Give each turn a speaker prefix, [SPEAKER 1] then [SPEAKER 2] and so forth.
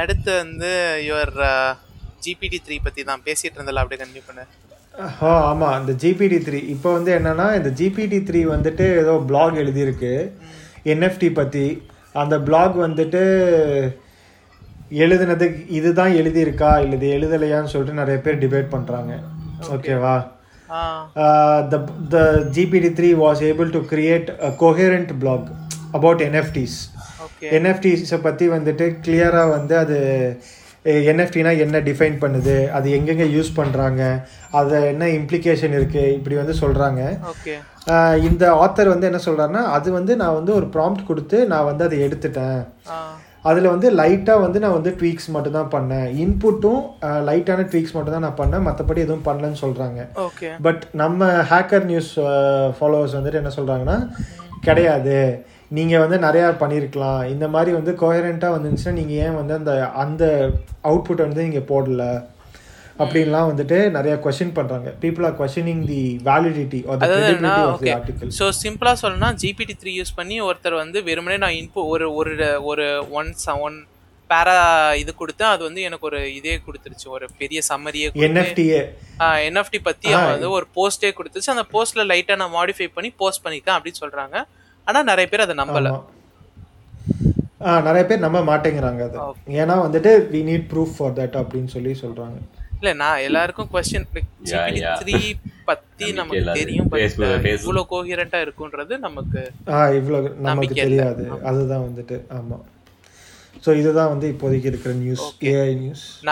[SPEAKER 1] அடுத்து வந்து uh, your GPT three பற்றி தான் பேசிகிட்டு இருந்தல அப்படியே கண்டினியூ பண்ணு
[SPEAKER 2] ஓ ஆமாம் இந்த ஜிபிடி த்ரீ இப்போ வந்து என்னன்னா இந்த ஜிபிடி த்ரீ வந்துட்டு ஏதோ blog எழுதியிருக்கு என்எஃப்டி பற்றி அந்த blog வந்துட்டு எழுதுனது இதுதான் எழுதியிருக்கா இல்லை இது எழுதலையான்னு சொல்லிட்டு நிறைய பேர் டிபேட் பண்ணுறாங்க ஓகேவா
[SPEAKER 1] ஆ
[SPEAKER 2] Uh, the the GPT-3 was able to create a coherent blog about NFTs.
[SPEAKER 1] Okay
[SPEAKER 2] NFTஸை பற்றி வந்துட்டு கிளியராக வந்து அது என்எஃப்டினா என்ன டிஃபைன் பண்ணுது அது எங்கெங்கே யூஸ் பண்ணுறாங்க அதை என்ன இம்ப்ளிகேஷன் இருக்குது இப்படி வந்து சொல்கிறாங்க
[SPEAKER 1] ஓகே
[SPEAKER 2] இந்த ஆத்தர் வந்து என்ன சொல்கிறாருன்னா அது வந்து நான் வந்து ஒரு ப்ராம்ப்ட் கொடுத்து நான் வந்து அதை எடுத்துட்டேன்
[SPEAKER 1] ஆ
[SPEAKER 2] அதில் வந்து லைட்டாக வந்து நான் வந்து ட்வீக்ஸ் மட்டும்தான் பண்ணேன் இன்புட்டும் லைட்டான ட்வீக்ஸ் மட்டும்தான் நான் பண்ணேன் மற்றபடி எதுவும் பண்ணலன்னு சொல்கிறாங்க
[SPEAKER 1] ஓகே
[SPEAKER 2] பட் நம்ம ஹேக்கர் நியூஸ் ஃபாலோவர்ஸ் வந்துட்டு என்ன சொல்கிறாங்கன்னா கிடையாது நீங்கள் வந்து நிறையா பண்ணியிருக்கலாம் இந்த மாதிரி வந்து கோஹரண்ட்டாக வந்துருந்துச்சுன்னா நீங்கள் ஏன் வந்து அந்த அந்த அவுட்புட் வந்து நீங்கள் போடல அப்படின்லாம் வந்துட்டு நிறைய கொஷின் பண்ணுறாங்க people are questioning the validity or the
[SPEAKER 1] அதாவது என்ன
[SPEAKER 2] credibility of
[SPEAKER 1] okay
[SPEAKER 2] the article
[SPEAKER 1] so சிம்பிளாக சொல்லணும்னா ஜிபிடி த்ரீ யூஸ் பண்ணி ஒருத்தர் வந்து வெறுமனே நான் இன்பு ஒரு ஒரு ஒரு ஒன் ஒன் பேரா இது கொடுத்து அது வந்து எனக்கு ஒரு இதே கொடுத்துருச்சு ஒரு பெரிய சம்மரியே
[SPEAKER 2] என்எஃப்டிஏ
[SPEAKER 1] என்எஃப்டி பத்தி அவன் வந்து ஒரு போஸ்டே கொடுத்துச்சு அந்த போஸ்ட்ல லைட்டா நான் மாடிஃபை பண்ணி போஸ்ட் பண்ணிட்டேன் அப்படின்னு சொல்றாங்க ஆனா நிறைய பேர் அதை நம்பல
[SPEAKER 2] ஆ நிறைய பேர் நம்ப மாட்டேங்கிறாங்க அது ஏன்னா வந்துட்டு we need proof for that அப்படின்னு சொல்லி சொல்கிறாங்க
[SPEAKER 1] இல்ல நான் எல்லாருக்கும் question
[SPEAKER 3] Yeah,
[SPEAKER 1] GPT
[SPEAKER 3] yeah.
[SPEAKER 1] Three பத்தி
[SPEAKER 3] நம்பிக்கை
[SPEAKER 1] நமக்கு
[SPEAKER 3] இல்லாது.
[SPEAKER 1] தெரியும் but
[SPEAKER 3] பேசுவது பேசு.
[SPEAKER 1] இவ்வளவு கோஹிரண்டா இருக்கும்ன்றது நமக்கு
[SPEAKER 2] ஆ இவ்வளோ நமக்கு
[SPEAKER 1] நம்பிக்கை இல்ல.
[SPEAKER 2] தெரியாது அதுதான் வந்துட்டு ஆமாம் ஸோ இதுதான் வந்து இப்போதைக்கு இருக்கிற நியூஸ் ஏஐ நியூஸ்
[SPEAKER 1] நம்ம